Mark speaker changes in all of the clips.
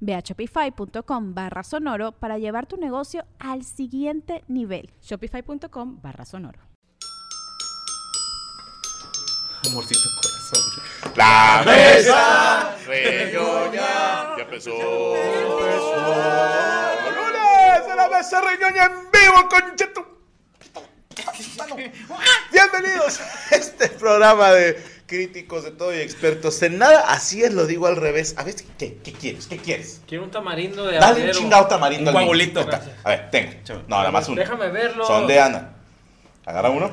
Speaker 1: Ve a shopify.com barra sonoro para llevar tu negocio al siguiente nivel.
Speaker 2: Shopify.com barra sonoro.
Speaker 3: Amorcito corazón.
Speaker 4: La mesa
Speaker 3: reñoña.
Speaker 4: ya empezó. ¡Lunes
Speaker 3: ¡Lunes
Speaker 4: de la mesa reñoña en vivo, conchetu! Bienvenidos a este programa de críticos de todo y expertos en nada. Así es, lo digo al revés. A ver, ¿qué, qué quieres? ¿Qué quieres?
Speaker 5: Quiero un tamarindo de
Speaker 4: Dale un
Speaker 5: habanero.
Speaker 4: chingado tamarindo.
Speaker 3: Un
Speaker 4: al niño.
Speaker 3: guagolito.
Speaker 4: Ahí está. A ver, tenga. No, nada más uno.
Speaker 5: Déjame verlo.
Speaker 4: Son de Ana. Agarra uno.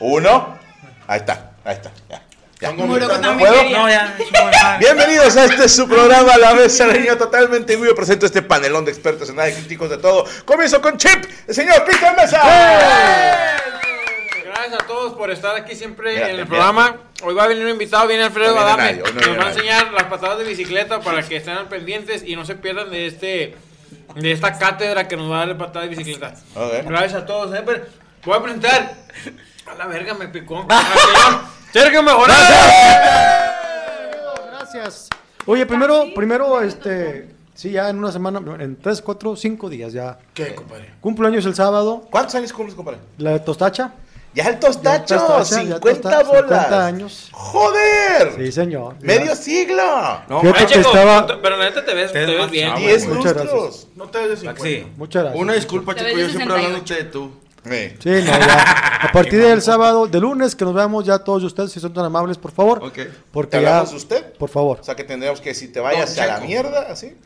Speaker 4: Uno. Ahí está. Ahí está. Ya. ya. ¿No puedo?
Speaker 3: No, ya.
Speaker 4: Bienvenidos a este su programa La Mesa Reña Totalmente en Vivo. Presento este panelón de expertos en nada y críticos de todo. Comienzo con Chip, el señor Peter Mesa.
Speaker 6: ¡Eh!
Speaker 5: Gracias a todos por estar aquí siempre
Speaker 4: Mira,
Speaker 5: en el
Speaker 4: mira.
Speaker 5: programa. Hoy va a venir un invitado, viene Alfredo
Speaker 4: No viene
Speaker 5: Adame.
Speaker 4: nadie, hoy no
Speaker 5: Nos
Speaker 4: viene
Speaker 5: va a
Speaker 4: nadie.
Speaker 5: enseñar las patadas de bicicleta para que estén al pendientes y no se pierdan de este de esta cátedra que nos va a dar de patadas de bicicleta.
Speaker 4: Ok.
Speaker 5: Gracias a todos. eh, pero Voy a presentar. A la verga me picó. Al señor Sergio Mejorado.
Speaker 6: Gracias. Oye, primero, primero, este, sí, ya en una semana, en tres, cuatro, cinco días ya.
Speaker 4: ¿Qué, compadre?
Speaker 6: Cumplo años el sábado,
Speaker 4: ¿Cuántos años cumples, compadre?
Speaker 6: la tostacha.
Speaker 4: Ya el
Speaker 6: Ya el
Speaker 4: tostacho,
Speaker 6: tostacha, ya el
Speaker 4: 50
Speaker 6: tostacha,
Speaker 4: bolas.
Speaker 6: 50 años.
Speaker 4: ¡Joder!
Speaker 6: Sí, señor. Ya.
Speaker 4: ¡Medio siglo!
Speaker 3: No,
Speaker 6: Fíjate
Speaker 5: Ay,
Speaker 6: que
Speaker 5: chico,
Speaker 6: estaba-
Speaker 5: tú- pero la neta te ves,
Speaker 3: Te
Speaker 5: te
Speaker 3: ves
Speaker 5: ves
Speaker 3: más
Speaker 5: bien.
Speaker 3: chavo.
Speaker 4: 10
Speaker 6: ah, bueno, muchas
Speaker 4: lustros.
Speaker 3: No te des Maxi.
Speaker 6: Muchas gracias.
Speaker 3: Una disculpa, chico,
Speaker 7: Te
Speaker 3: yo
Speaker 7: ves de
Speaker 3: siempre
Speaker 7: 68.
Speaker 3: hablándote de tú.
Speaker 4: Sí.
Speaker 6: Sí, no, ya. A partir del sábado, de lunes, que nos veamos ya todos ustedes, si son tan amables, por favor.
Speaker 3: Ok.
Speaker 6: Porque
Speaker 4: ¿Te
Speaker 6: ya,
Speaker 4: hablamos de usted?
Speaker 6: Por favor.
Speaker 4: O sea que tendríamos que si te vayas
Speaker 3: Don
Speaker 4: a la
Speaker 3: Checo.
Speaker 4: mierda, así.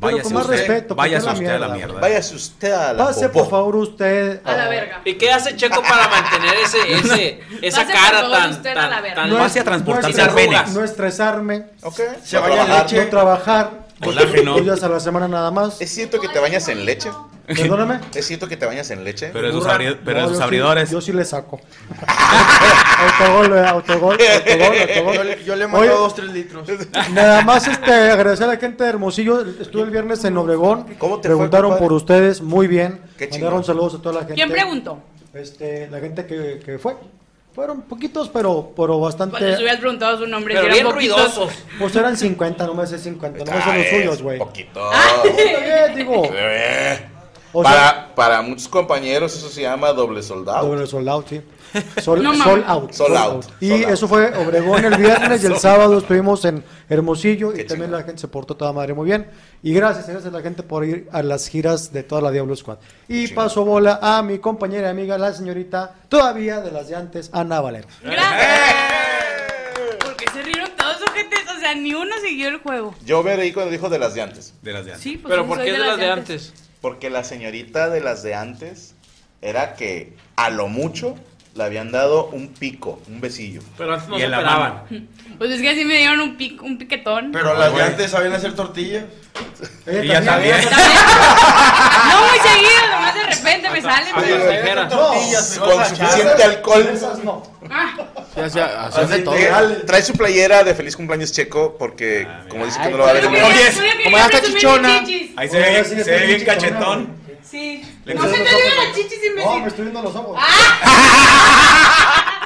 Speaker 6: Pero con más respeto,
Speaker 3: váyase
Speaker 6: porque
Speaker 3: usted
Speaker 6: es
Speaker 3: a
Speaker 6: la
Speaker 3: la
Speaker 6: mierda.
Speaker 3: mierda.
Speaker 4: Váyase usted a la
Speaker 6: Pase,
Speaker 4: popó.
Speaker 6: por favor, usted.
Speaker 7: A la verga.
Speaker 5: ¿Y qué hace Checo para mantener ese, ese, esa
Speaker 7: Pase, por
Speaker 5: cara
Speaker 7: favor,
Speaker 5: tan,
Speaker 7: usted a
Speaker 5: tan,
Speaker 7: la verga.
Speaker 5: tan-
Speaker 3: No hacia transportarse
Speaker 5: al
Speaker 6: estresarme,
Speaker 5: Penex.
Speaker 6: No estresarme,
Speaker 4: Ok.
Speaker 3: Se
Speaker 4: Va a
Speaker 3: vaya
Speaker 4: trabajar.
Speaker 3: leche.
Speaker 6: no trabajar. dos-
Speaker 3: Colágeno.
Speaker 6: Dos días a la semana nada más.
Speaker 4: ¿Es cierto que te bañas en leche?
Speaker 6: Perdóname.
Speaker 4: ¿Es cierto que te bañas en leche?
Speaker 3: Pero esos,
Speaker 5: Burra.
Speaker 3: abri- pero
Speaker 6: No,
Speaker 3: esos
Speaker 6: yo sí-
Speaker 3: abridores.
Speaker 6: yo sí le saco. autogol, eh, autogol, autogol, autogol.
Speaker 3: Yo le- yo le mando
Speaker 6: Oye,
Speaker 3: dos, tres litros.
Speaker 6: Nada más este, agradecer a la gente de Hermosillo. Estuve el viernes en Obregón.
Speaker 4: ¿Cómo te fue,
Speaker 6: Preguntaron
Speaker 4: compadre?
Speaker 6: por ustedes, muy bien.
Speaker 4: Qué
Speaker 6: Mandaron
Speaker 4: chingón.
Speaker 6: saludos a toda la gente.
Speaker 7: ¿Quién preguntó?
Speaker 6: Este, la gente que, que fue. Fueron poquitos, pero, pero
Speaker 7: Cuando
Speaker 6: bastante.
Speaker 7: se hubieras preguntado su nombre,
Speaker 5: Pero
Speaker 7: si
Speaker 5: bien
Speaker 7: eran poquitos.
Speaker 5: ruidosos.
Speaker 6: Pues eran 50, no me sé 50, no me
Speaker 4: Ah,
Speaker 6: sé los
Speaker 4: es
Speaker 6: suyos, güey.
Speaker 4: Poquito.
Speaker 6: Está bien, digo,
Speaker 4: Eh.
Speaker 6: O
Speaker 4: para, para muchos compañeros eso se llama doble soldado.
Speaker 6: Doble Ah, sold out, sí. Sol,
Speaker 7: No mames.
Speaker 6: sol out.
Speaker 4: Sold
Speaker 6: sold
Speaker 4: out,
Speaker 6: out. Y
Speaker 4: sold out.
Speaker 6: eso fue Obregón el viernes y el sábado estuvimos en Hermosillo
Speaker 4: Qué
Speaker 6: y también
Speaker 4: chingón.
Speaker 6: la gente se portó toda madre muy bien. Y gracias, gracias a la gente por ir a las giras de toda la Diablo Squad. Y
Speaker 4: chingón.
Speaker 6: paso bola a mi compañera y amiga, la señorita todavía de las de antes, Ana Valero.
Speaker 7: Gracias. Porque se rieron todos ojetes, o sea, ni uno siguió el juego.
Speaker 4: Yo me reí cuando dijo de las de antes.
Speaker 3: De las de antes.
Speaker 7: Sí, pues
Speaker 5: Pero
Speaker 7: sí,
Speaker 5: ¿por
Speaker 7: soy
Speaker 5: qué es de las de antes?
Speaker 4: Porque la señorita de las de antes era que a lo mucho le habían dado un pico, un besillo.
Speaker 5: Pero antes no
Speaker 3: Y
Speaker 5: se
Speaker 3: en la
Speaker 5: operaban.
Speaker 7: Pues es que así me dieron un, pic- un piquetón.
Speaker 8: Pero las de antes sabían hacer tortillas.
Speaker 6: Ella
Speaker 3: Y ya
Speaker 6: también.
Speaker 3: también.
Speaker 7: No muy seguido, nomás de repente me sale.
Speaker 5: Hasta
Speaker 7: Pero...
Speaker 5: las ligeras.
Speaker 8: Tortillas,
Speaker 4: Con suficiente alcohol.
Speaker 6: Esas no.
Speaker 7: Ah,
Speaker 4: Trae- Trae su playera de feliz cumpleaños checo porque como dice que no lo va a ver
Speaker 7: yo
Speaker 4: en
Speaker 7: quería-
Speaker 4: vivo.
Speaker 7: yo quería presumir mis chichis.
Speaker 3: Ahí
Speaker 6: Oye,
Speaker 3: se,
Speaker 6: sí,
Speaker 3: ve, se
Speaker 6: está
Speaker 3: ve bien
Speaker 6: bien chingona,
Speaker 3: cachetón.
Speaker 7: Sí.
Speaker 3: Le
Speaker 7: No
Speaker 3: puse
Speaker 7: me
Speaker 3: los
Speaker 7: estoy viendo las chichis y me
Speaker 6: No, me estoy viendo los
Speaker 4: Ah,
Speaker 6: ojos.
Speaker 7: Ah.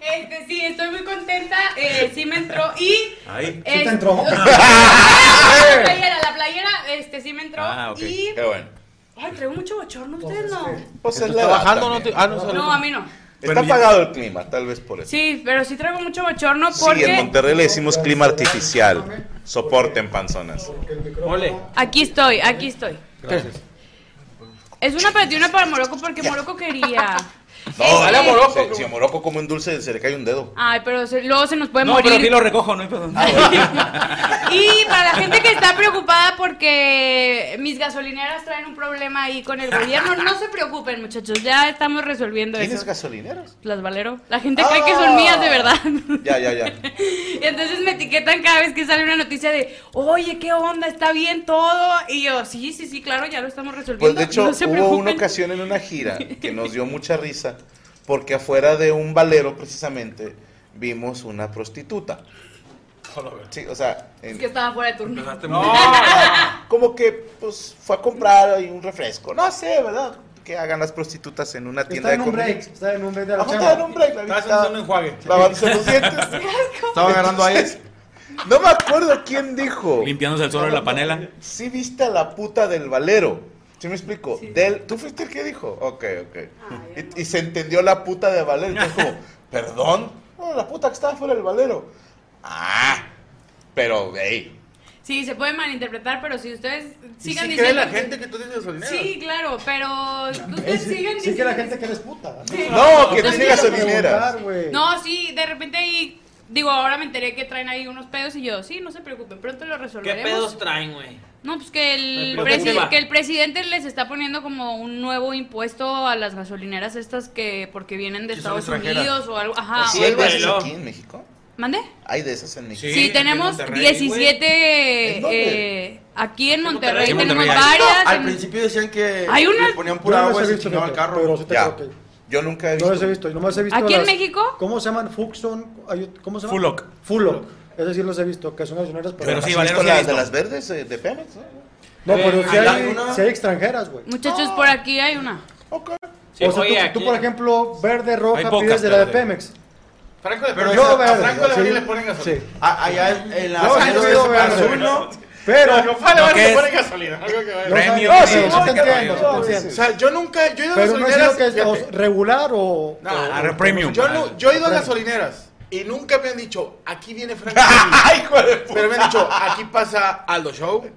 Speaker 7: Este, sí, estoy muy contenta. Eh, sí me entró y.
Speaker 3: Ay.
Speaker 6: te entró?
Speaker 7: la playera, la playera, este, sí me entró.
Speaker 3: Ah, ok.
Speaker 7: Y.
Speaker 4: Qué bueno.
Speaker 7: Ay, traigo mucho bochorno, ustedes no.
Speaker 4: Pues es la edad también.
Speaker 7: No, a mí no.
Speaker 4: Está apagado el clima, tal vez por eso.
Speaker 7: Sí, pero sí traigo mucho bochorno
Speaker 4: Sí, en
Speaker 7: porque
Speaker 4: Monterrey le decimos clima artificial. Soporten panzonas.
Speaker 5: Ole.
Speaker 7: aquí estoy, aquí estoy.
Speaker 6: Gracias.
Speaker 7: Es una para ti y una para Moroco porque Moroco quería.
Speaker 4: No,
Speaker 5: Sale a Morocco,
Speaker 4: se-
Speaker 5: como-
Speaker 4: Si a Morocco come un dulce, se le cae un dedo.
Speaker 7: Ay, pero se- luego se nos puede
Speaker 9: No,
Speaker 7: morir.
Speaker 9: pero sí lo recojo, no hay pedo.
Speaker 7: Y para la gente que está preocupada porque mis gasolineras traen un problema ahí con el gobierno, no se preocupen, muchachos, ya estamos resolviendo
Speaker 4: ¿Tienes
Speaker 7: eso.
Speaker 4: gasolineras?
Speaker 7: Las valero. La gente cree que son
Speaker 4: Ah.
Speaker 7: mías de verdad.
Speaker 4: Ya, ya, ya.
Speaker 7: Y entonces me etiquetan cada vez que sale una noticia de, oye, ¿qué onda? ¿Está bien todo? Y yo, sí, sí, sí, claro, ya lo estamos resolviendo.
Speaker 4: Pues de hecho,
Speaker 7: no se
Speaker 4: hubo
Speaker 7: preocupen.
Speaker 4: una ocasión en una gira que nos dio mucha risa, porque afuera de un valero, precisamente, vimos una prostituta. Sí, o sea, en-
Speaker 7: Es que estaba fuera de turno.
Speaker 4: como que pues fue a comprar ahí un refresco. No sé, ¿verdad? Que hagan las prostitutas en una tienda
Speaker 6: Está
Speaker 4: de
Speaker 6: en un
Speaker 4: comida. Ah,
Speaker 6: break. Está en un break de la
Speaker 4: Ajá, estaba en
Speaker 6: chamba.
Speaker 4: un break, la vi que
Speaker 5: Estás
Speaker 4: estaba
Speaker 5: haciendo un enjuague.
Speaker 4: lavándose los dientes.
Speaker 8: Estaba agarrando aires.
Speaker 4: No me acuerdo quién dijo.
Speaker 9: Limpiándose el suelo de la panela.
Speaker 4: Sí viste a la puta del valero. ¿Sí Ah, me explico? Del, ¿Tú fuiste el que dijo? Ok, ok. Y- y, se entendió la puta de valero. Y dijo, ¿perdón? No, la puta que estaba fuera del valero. Ah, pero, hey.
Speaker 7: Sí, se puede malinterpretar, pero si ustedes
Speaker 8: ¿Y
Speaker 7: sigan
Speaker 8: si cree
Speaker 7: diciendo...
Speaker 8: la
Speaker 7: que-
Speaker 8: gente que tú tienes gasolinera?
Speaker 7: Sí, claro, pero
Speaker 6: Es-
Speaker 7: ustedes sigan diciendo...
Speaker 6: Sí que la gente que eres puta.
Speaker 4: No, que tiene
Speaker 7: También.
Speaker 4: gasolineras.
Speaker 7: No, sí, de repente ahí. Digo, ahora me enteré que traen ahí unos pedos y yo, sí, no se preocupen, pronto lo
Speaker 5: ¿Qué
Speaker 7: resolveremos.
Speaker 5: pedos traen, güey?
Speaker 7: No, pues que el,
Speaker 5: Me preocupa.
Speaker 7: presi- que el presidente les está poniendo como un nuevo impuesto a las gasolineras estas que porque vienen de
Speaker 8: Que son
Speaker 7: Estados
Speaker 8: extranjeras.
Speaker 7: Unidos o algo.
Speaker 5: Pues
Speaker 7: Ajá.
Speaker 4: ¿Sí
Speaker 7: o
Speaker 4: hay
Speaker 7: algo
Speaker 4: de
Speaker 7: así.
Speaker 4: esas
Speaker 5: Bueno.
Speaker 4: aquí en México?
Speaker 7: ¿Mande?
Speaker 4: Hay de esas en México.
Speaker 7: Sí,
Speaker 5: Sí, aquí en
Speaker 7: tenemos
Speaker 5: Monterrey,
Speaker 7: 17
Speaker 4: ¿En dónde?
Speaker 7: eh, aquí en
Speaker 5: en
Speaker 7: Monterrey,
Speaker 5: Monterrey.
Speaker 9: En
Speaker 7: tenemos
Speaker 9: Monterrey.
Speaker 7: varias.
Speaker 8: Al
Speaker 7: en-
Speaker 8: principio decían que
Speaker 7: Hay una-
Speaker 8: le ponían
Speaker 6: Yo
Speaker 8: pura
Speaker 6: no
Speaker 8: agua
Speaker 6: las he
Speaker 8: y se
Speaker 6: visto,
Speaker 8: chingaba el
Speaker 6: fíjate,
Speaker 8: carro.
Speaker 6: pero sí te
Speaker 4: Ya.
Speaker 6: creo que-
Speaker 4: Yo nunca he
Speaker 6: No
Speaker 4: visto.
Speaker 6: las he visto, nomás he visto.
Speaker 7: ¿Aquí en
Speaker 6: las-
Speaker 7: México?
Speaker 6: ¿Cómo se llaman? Fuxon. hay- ¿Cómo se llaman?
Speaker 9: Fuloc.
Speaker 6: Fuloc. Es decir, los he visto, que son gasolineras.
Speaker 9: Pero
Speaker 4: ¿Has
Speaker 9: sí,
Speaker 4: visto
Speaker 9: Valero sí he
Speaker 4: la-
Speaker 9: visto.
Speaker 4: de las verdes eh, de Pemex? ¿no?
Speaker 6: No, pero si
Speaker 8: ¿Hay
Speaker 6: hay,
Speaker 8: alguna?
Speaker 6: sí hay extranjeras, güey.
Speaker 7: Muchachos, por aquí hay una.
Speaker 4: Ok.
Speaker 5: Sí,
Speaker 6: o sea,
Speaker 5: oye,
Speaker 6: tú, tú,
Speaker 5: aquí-
Speaker 6: por ejemplo, verde,
Speaker 9: Hay
Speaker 6: roja,
Speaker 9: pocas,
Speaker 6: pides de la de
Speaker 9: pero-
Speaker 6: Pemex.
Speaker 8: Franco de
Speaker 6: Pero
Speaker 8: Verde,
Speaker 6: yo
Speaker 8: a
Speaker 6: verde.
Speaker 8: Franco de
Speaker 6: sí.
Speaker 8: Verde le ponen gasolina.
Speaker 6: Sí.
Speaker 8: A- Allá en, en la
Speaker 6: No,
Speaker 8: salida
Speaker 6: yo
Speaker 8: de
Speaker 6: digo verde.
Speaker 8: azul, ¿no?
Speaker 6: Pero.
Speaker 8: Yo, Franco de
Speaker 9: Lo
Speaker 8: Verde
Speaker 9: que
Speaker 8: le
Speaker 9: es-
Speaker 8: ponen gasolina. algo que vaya.
Speaker 6: No,
Speaker 9: Premio,
Speaker 6: no,
Speaker 9: sí,
Speaker 6: sí,
Speaker 9: no
Speaker 6: sí
Speaker 9: sé
Speaker 6: te
Speaker 9: qué
Speaker 6: entiendo,
Speaker 9: rollo.
Speaker 6: sí te
Speaker 8: O
Speaker 6: entiendo.
Speaker 8: sea, yo nunca, yo he ido a
Speaker 6: Pero no es lo
Speaker 8: gasolineras.
Speaker 6: que es o
Speaker 8: fíjate,
Speaker 6: sea, regular o.
Speaker 8: No,
Speaker 6: o-
Speaker 9: Ah, re- premium.
Speaker 8: yo, no- yo he ido a gasolineras y nunca me han dicho, aquí viene Franco.
Speaker 4: ¡Ay, hijo de puta!
Speaker 8: Pero me han dicho, aquí pasa Aldo Show,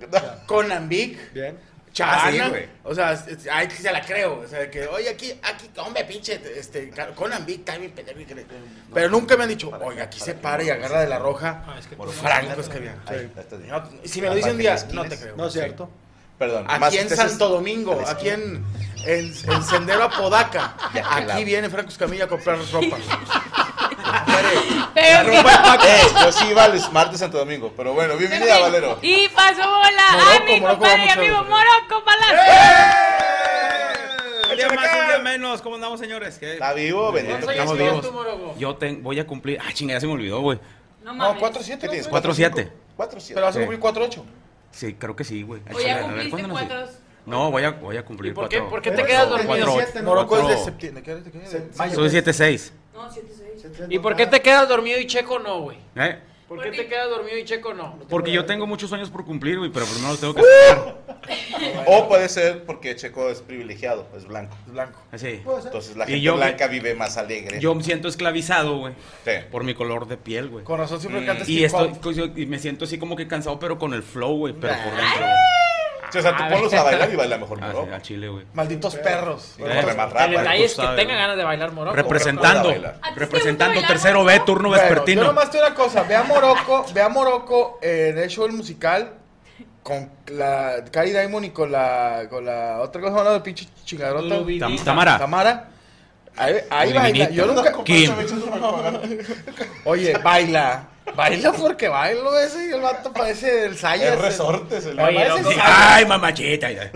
Speaker 8: Conan Big,
Speaker 6: Bien.
Speaker 9: Ah, sí,
Speaker 8: Chavana.
Speaker 9: güey.
Speaker 8: o sea, es- ahí sí se la creo. O sea, que, oye, aquí, aquí, hombre, pinche, este, Conan Big, está bien pendejo. y que le- Pero nunca me han dicho, oye, aquí se para y agarra de la roja.
Speaker 9: Ah,
Speaker 8: Franco es que había.
Speaker 4: Ahí, ahí está.
Speaker 8: No, si me lo dicen un día, no te creo.
Speaker 6: No es cierto.
Speaker 4: Perdón. más
Speaker 8: Aquí en
Speaker 4: especies-
Speaker 8: Santo Domingo,
Speaker 4: Tres.
Speaker 8: aquí en, en, en Sendero Apodaca.
Speaker 4: Ya, qué lado.
Speaker 8: Aquí viene Franco Escamilla a comprar ropa.
Speaker 7: Pero que-
Speaker 4: Eh, yo sí iba al Smart de Santo Domingo, pero bueno, bienvenida,
Speaker 7: Ok.
Speaker 4: Valero.
Speaker 7: Y pasó bola a
Speaker 8: Morocco, Morocco
Speaker 7: mi compadre y
Speaker 8: va mucho
Speaker 7: amigo
Speaker 8: a ver. ¡Eh!
Speaker 7: Morocco Palacio.
Speaker 9: Un día más, un día menos. ¿Cómo andamos, señores? ¿Qué?
Speaker 4: Está vivo, bendito.
Speaker 5: ¿Cuántos
Speaker 9: Estamos
Speaker 5: años tienes tú,
Speaker 9: vivos.
Speaker 5: Morogo?
Speaker 9: Yo te- voy a cumplir. Ah, chingada, se me olvidó, güey.
Speaker 7: No
Speaker 4: No,
Speaker 7: mames.
Speaker 4: 4-7 tienes.
Speaker 9: 4-7.
Speaker 4: 4-7.
Speaker 8: Pero vas a
Speaker 9: Sí.
Speaker 8: cumplir 4-8.
Speaker 9: Sí, creo que sí, güey. Ah,
Speaker 7: Oye,
Speaker 9: chingada, a ver,
Speaker 7: cumpliste
Speaker 9: ¿cuándo nací?
Speaker 7: cuatro.
Speaker 9: No, voy a, voy a cumplir
Speaker 5: ¿Y por qué-
Speaker 9: cuatro-
Speaker 5: por qué te
Speaker 9: cuatro-
Speaker 5: quedas dormido?
Speaker 9: cuatro-
Speaker 6: Siete, ¿no?
Speaker 8: Morocco es de
Speaker 9: cuatro-
Speaker 8: septiembre. ¿Qué hora te quedas?
Speaker 6: Se- mayo.
Speaker 9: Soy 7-6.
Speaker 7: No, 7-6.
Speaker 5: ¿Y por qué te quedas dormido y Checo no, güey?
Speaker 9: ¿Eh?
Speaker 5: ¿Por
Speaker 7: Porque-
Speaker 5: qué te quedas dormido y Checo no?
Speaker 9: Porque yo tengo muchos sueños por cumplir, güey, pero primero los tengo que hacer.
Speaker 4: O puede ser porque Checo es privilegiado, es blanco.
Speaker 8: Es blanco.
Speaker 9: Así.
Speaker 6: Puede ser.
Speaker 4: Entonces la
Speaker 9: Y
Speaker 4: gente
Speaker 9: yo-
Speaker 4: blanca vive más alegre.
Speaker 9: Yo me siento esclavizado, güey,
Speaker 4: Sí.
Speaker 9: por mi color de piel, güey.
Speaker 8: Con razón siempre cantas
Speaker 9: Y,
Speaker 8: hip
Speaker 9: estoy,
Speaker 8: hop.
Speaker 9: y me siento así como que cansado, pero con el flow, güey, pero por dentro.
Speaker 4: Sí, o sea, tú ponlos a bailar y baila mejor
Speaker 9: Ah,
Speaker 4: Morocco.
Speaker 9: sí, al chile, güey.
Speaker 8: Malditos perros.
Speaker 4: Y corre más
Speaker 5: El
Speaker 4: rápido.
Speaker 5: detalle es que
Speaker 9: sabes,
Speaker 5: tenga
Speaker 9: ¿no?
Speaker 5: ganas de bailar Morocco.
Speaker 9: Representando,
Speaker 4: Bailar.
Speaker 7: ¿A ti te
Speaker 9: representando
Speaker 7: gusta
Speaker 9: tercero
Speaker 7: bailar,
Speaker 9: B,
Speaker 7: no?
Speaker 9: turno
Speaker 8: Bueno,
Speaker 9: vespertino.
Speaker 8: yo nomás te digo una cosa, ve a Morocco, ve a Morocco eh, en el show el musical con la Cari Diamond y con la con la otra cosa hablando de pinche chingadrota.
Speaker 5: Lubi-
Speaker 9: Tam- Tamara.
Speaker 8: Tamara. Ahí, ahí baila.
Speaker 9: Lubivinito.
Speaker 8: Yo nunca.
Speaker 9: Kim.
Speaker 8: Oye, baila. Baila porque bailo ese y el vato parece el Sayas.
Speaker 4: Es resortes. el-
Speaker 5: Oye,
Speaker 8: Parece
Speaker 5: no,
Speaker 8: el
Speaker 5: sí.
Speaker 8: Sayas.
Speaker 9: Ay, mamachita. ya.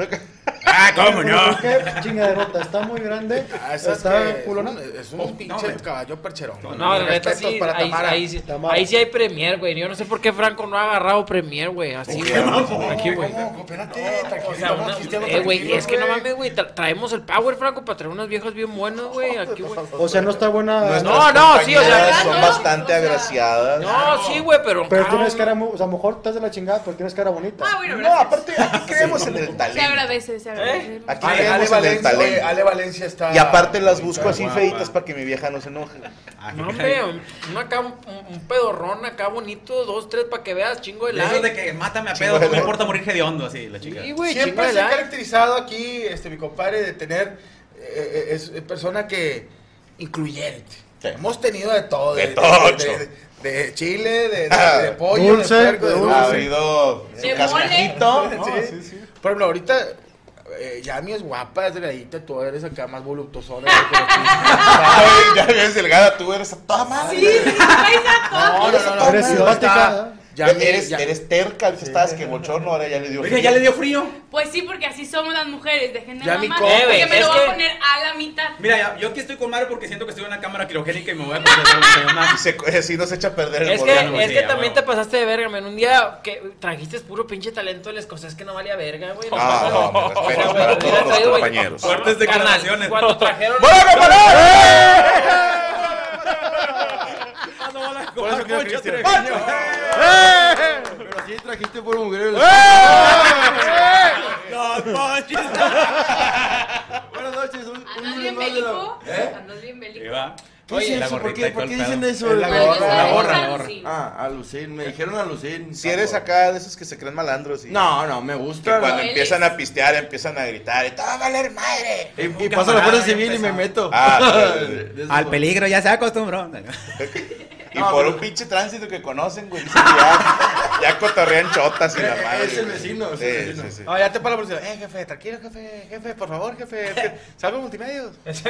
Speaker 9: Ah, cómo no.
Speaker 6: Qué chingaderota. Está muy grande.
Speaker 8: Ah, esas que-
Speaker 6: Está
Speaker 8: es un-
Speaker 6: culona.
Speaker 8: Es un pinche caballo percherón.
Speaker 5: Oh, No, la neta
Speaker 8: Respetos
Speaker 5: sí,
Speaker 8: para
Speaker 5: ahí,
Speaker 8: Tamara.
Speaker 5: ahí sí-
Speaker 6: Tamara.
Speaker 5: ahí sí hay Premier, güey. Yo no sé por qué Franco no ha agarrado Premier, güey. Así, güey. Aquí, güey.
Speaker 8: No, espérate, tranquilo,
Speaker 5: O sea,
Speaker 8: vamos
Speaker 5: una-
Speaker 8: pisteando
Speaker 5: eh, güey,
Speaker 8: tranquilos,
Speaker 5: es que no mames, güey. tra- traemos el power, Franco, para traer unos viejos bien buenos, güey. Aquí, güey.
Speaker 6: O sea, no está buena.
Speaker 5: No, no, sí, o
Speaker 4: Compañeras
Speaker 5: sea.
Speaker 4: Son bastante agraciadas.
Speaker 5: No, sí, güey, pero.
Speaker 6: Pero
Speaker 5: ah,
Speaker 6: tienes cara muy. O sea, a lo mejor estás de la chingada, pero tienes cara bonita.
Speaker 7: Ah, bueno,
Speaker 4: No,
Speaker 7: gracias.
Speaker 4: aparte, ¿Eh? aquí creemos en el
Speaker 7: Se
Speaker 4: talento.
Speaker 7: agradece, se agradece.
Speaker 4: Aquí
Speaker 8: Ale, Ale
Speaker 4: creemos en el
Speaker 8: Valencia, oye,
Speaker 4: talento.
Speaker 8: Ale Valencia está.
Speaker 4: Y aparte las busco así feitas para que mi vieja no se enoje.
Speaker 5: No, hombre, un, un acá, un, un pedorrón acá bonito, dos, tres, para que veas, chingo de
Speaker 9: De Eso
Speaker 5: like.
Speaker 9: de que mátame a pedo, no me importa morir hediondo así, la chica.
Speaker 5: Sí, güey, chingo
Speaker 8: Siempre
Speaker 5: de
Speaker 8: se ha
Speaker 5: like.
Speaker 8: caracterizado aquí, este, mi compadre, de tener eh, eh, es eh, persona que incluyente.
Speaker 4: Sí.
Speaker 8: Hemos tenido de todo.
Speaker 4: De tocho.
Speaker 8: De, de- de chile, de, de-
Speaker 4: Ah,
Speaker 8: de pollo,
Speaker 6: dulce,
Speaker 8: de puerco, de
Speaker 6: de
Speaker 4: Ha
Speaker 8: dulce.
Speaker 4: habido
Speaker 7: De
Speaker 4: cascajito.
Speaker 8: mole.
Speaker 4: No,
Speaker 8: Sí. Por ejemplo, ahorita eh, Yami es guapa, es delgadita, tú eres acá más voluptuosona.
Speaker 4: Ay, ya ves delgada, tú eres a toda madre.
Speaker 8: no, no, no, no.
Speaker 6: Eres
Speaker 8: no,
Speaker 6: simpática.
Speaker 8: está-
Speaker 4: Ya
Speaker 8: Yami-
Speaker 4: eres,
Speaker 8: ya-
Speaker 4: eres terca, antes estabas que bochorno, ahora ya le dio.
Speaker 3: Oiga, ya le dio frío.
Speaker 7: Pues sí, porque así somos las mujeres. Dejen de
Speaker 8: Ya mi
Speaker 7: mamar.
Speaker 8: cobre,
Speaker 7: Porque me
Speaker 3: es
Speaker 7: lo voy
Speaker 3: que-
Speaker 7: a poner a la mitad.
Speaker 3: Mira, ya- yo aquí estoy con madre porque siento que estoy en una cámara quirogénica y me voy a poner más.
Speaker 4: Y se, así nos echa a perder el
Speaker 10: Es que,
Speaker 4: bochorno.
Speaker 10: es que
Speaker 3: sí,
Speaker 10: también
Speaker 3: a huevo.
Speaker 10: te pasaste de verga, men. Un día que trajiste puro pinche talento de la escocés que no valía verga, güey.
Speaker 4: Ah, no,
Speaker 10: mames.
Speaker 4: mis respetos
Speaker 10: O sea, güey,
Speaker 4: para todos
Speaker 10: hubiera
Speaker 4: los
Speaker 10: traído, güey,
Speaker 4: compañeros.
Speaker 10: cuando-
Speaker 9: Fuertes
Speaker 10: carnal,
Speaker 9: declaraciones.
Speaker 10: Cuando trajeron...
Speaker 4: ¡Bueno, compadre!
Speaker 9: Ah, no, la-
Speaker 8: Por eso quiero
Speaker 9: Poncho
Speaker 8: Cristian.
Speaker 9: Treviño.
Speaker 6: Pero sí trajiste por mujeres.
Speaker 4: ¡Eh!
Speaker 9: Los Ponchis.
Speaker 6: Buenas noches. un- un lunes
Speaker 7: ¿Andas bien
Speaker 6: más de la-
Speaker 7: bélico?
Speaker 9: ¿Eh?
Speaker 7: ¿Andas bien bélico?
Speaker 3: Ahí va.
Speaker 6: ¿Qué es eso? ¿Por qué, ¿por qué dicen eso?
Speaker 9: Es la
Speaker 7: Pero yo
Speaker 9: gorra,
Speaker 7: soy
Speaker 9: la
Speaker 7: de
Speaker 9: gorra,
Speaker 7: San
Speaker 9: la gorra.
Speaker 7: Lucín.
Speaker 11: Ah, a Lucín, me dijeron a Lucín.
Speaker 4: Si eres acá de esos que se creen malandros y
Speaker 11: No, no, me
Speaker 4: que
Speaker 11: gusta.
Speaker 4: cuando
Speaker 7: Eres.
Speaker 4: empiezan a pistear, empiezan a gritar, y todo va a valer madre.
Speaker 11: Y, y paso a la Fuerza Civil y me meto.
Speaker 4: Ah, sí, sí,
Speaker 9: Al peligro ya se acostumbró.
Speaker 4: Y por un pinche tránsito que conocen, güey, dicen que ya, ya cotorrean chotas y la
Speaker 8: Eh,
Speaker 4: madre.
Speaker 11: Es el
Speaker 4: güey.
Speaker 11: vecino, es
Speaker 4: Sí,
Speaker 11: el vecino.
Speaker 4: sí, sí.
Speaker 8: No, ya te para la policía. Eh, jefe, tranquilo, jefe, jefe, por favor, jefe. jefe, Salgo en multimedios.
Speaker 10: es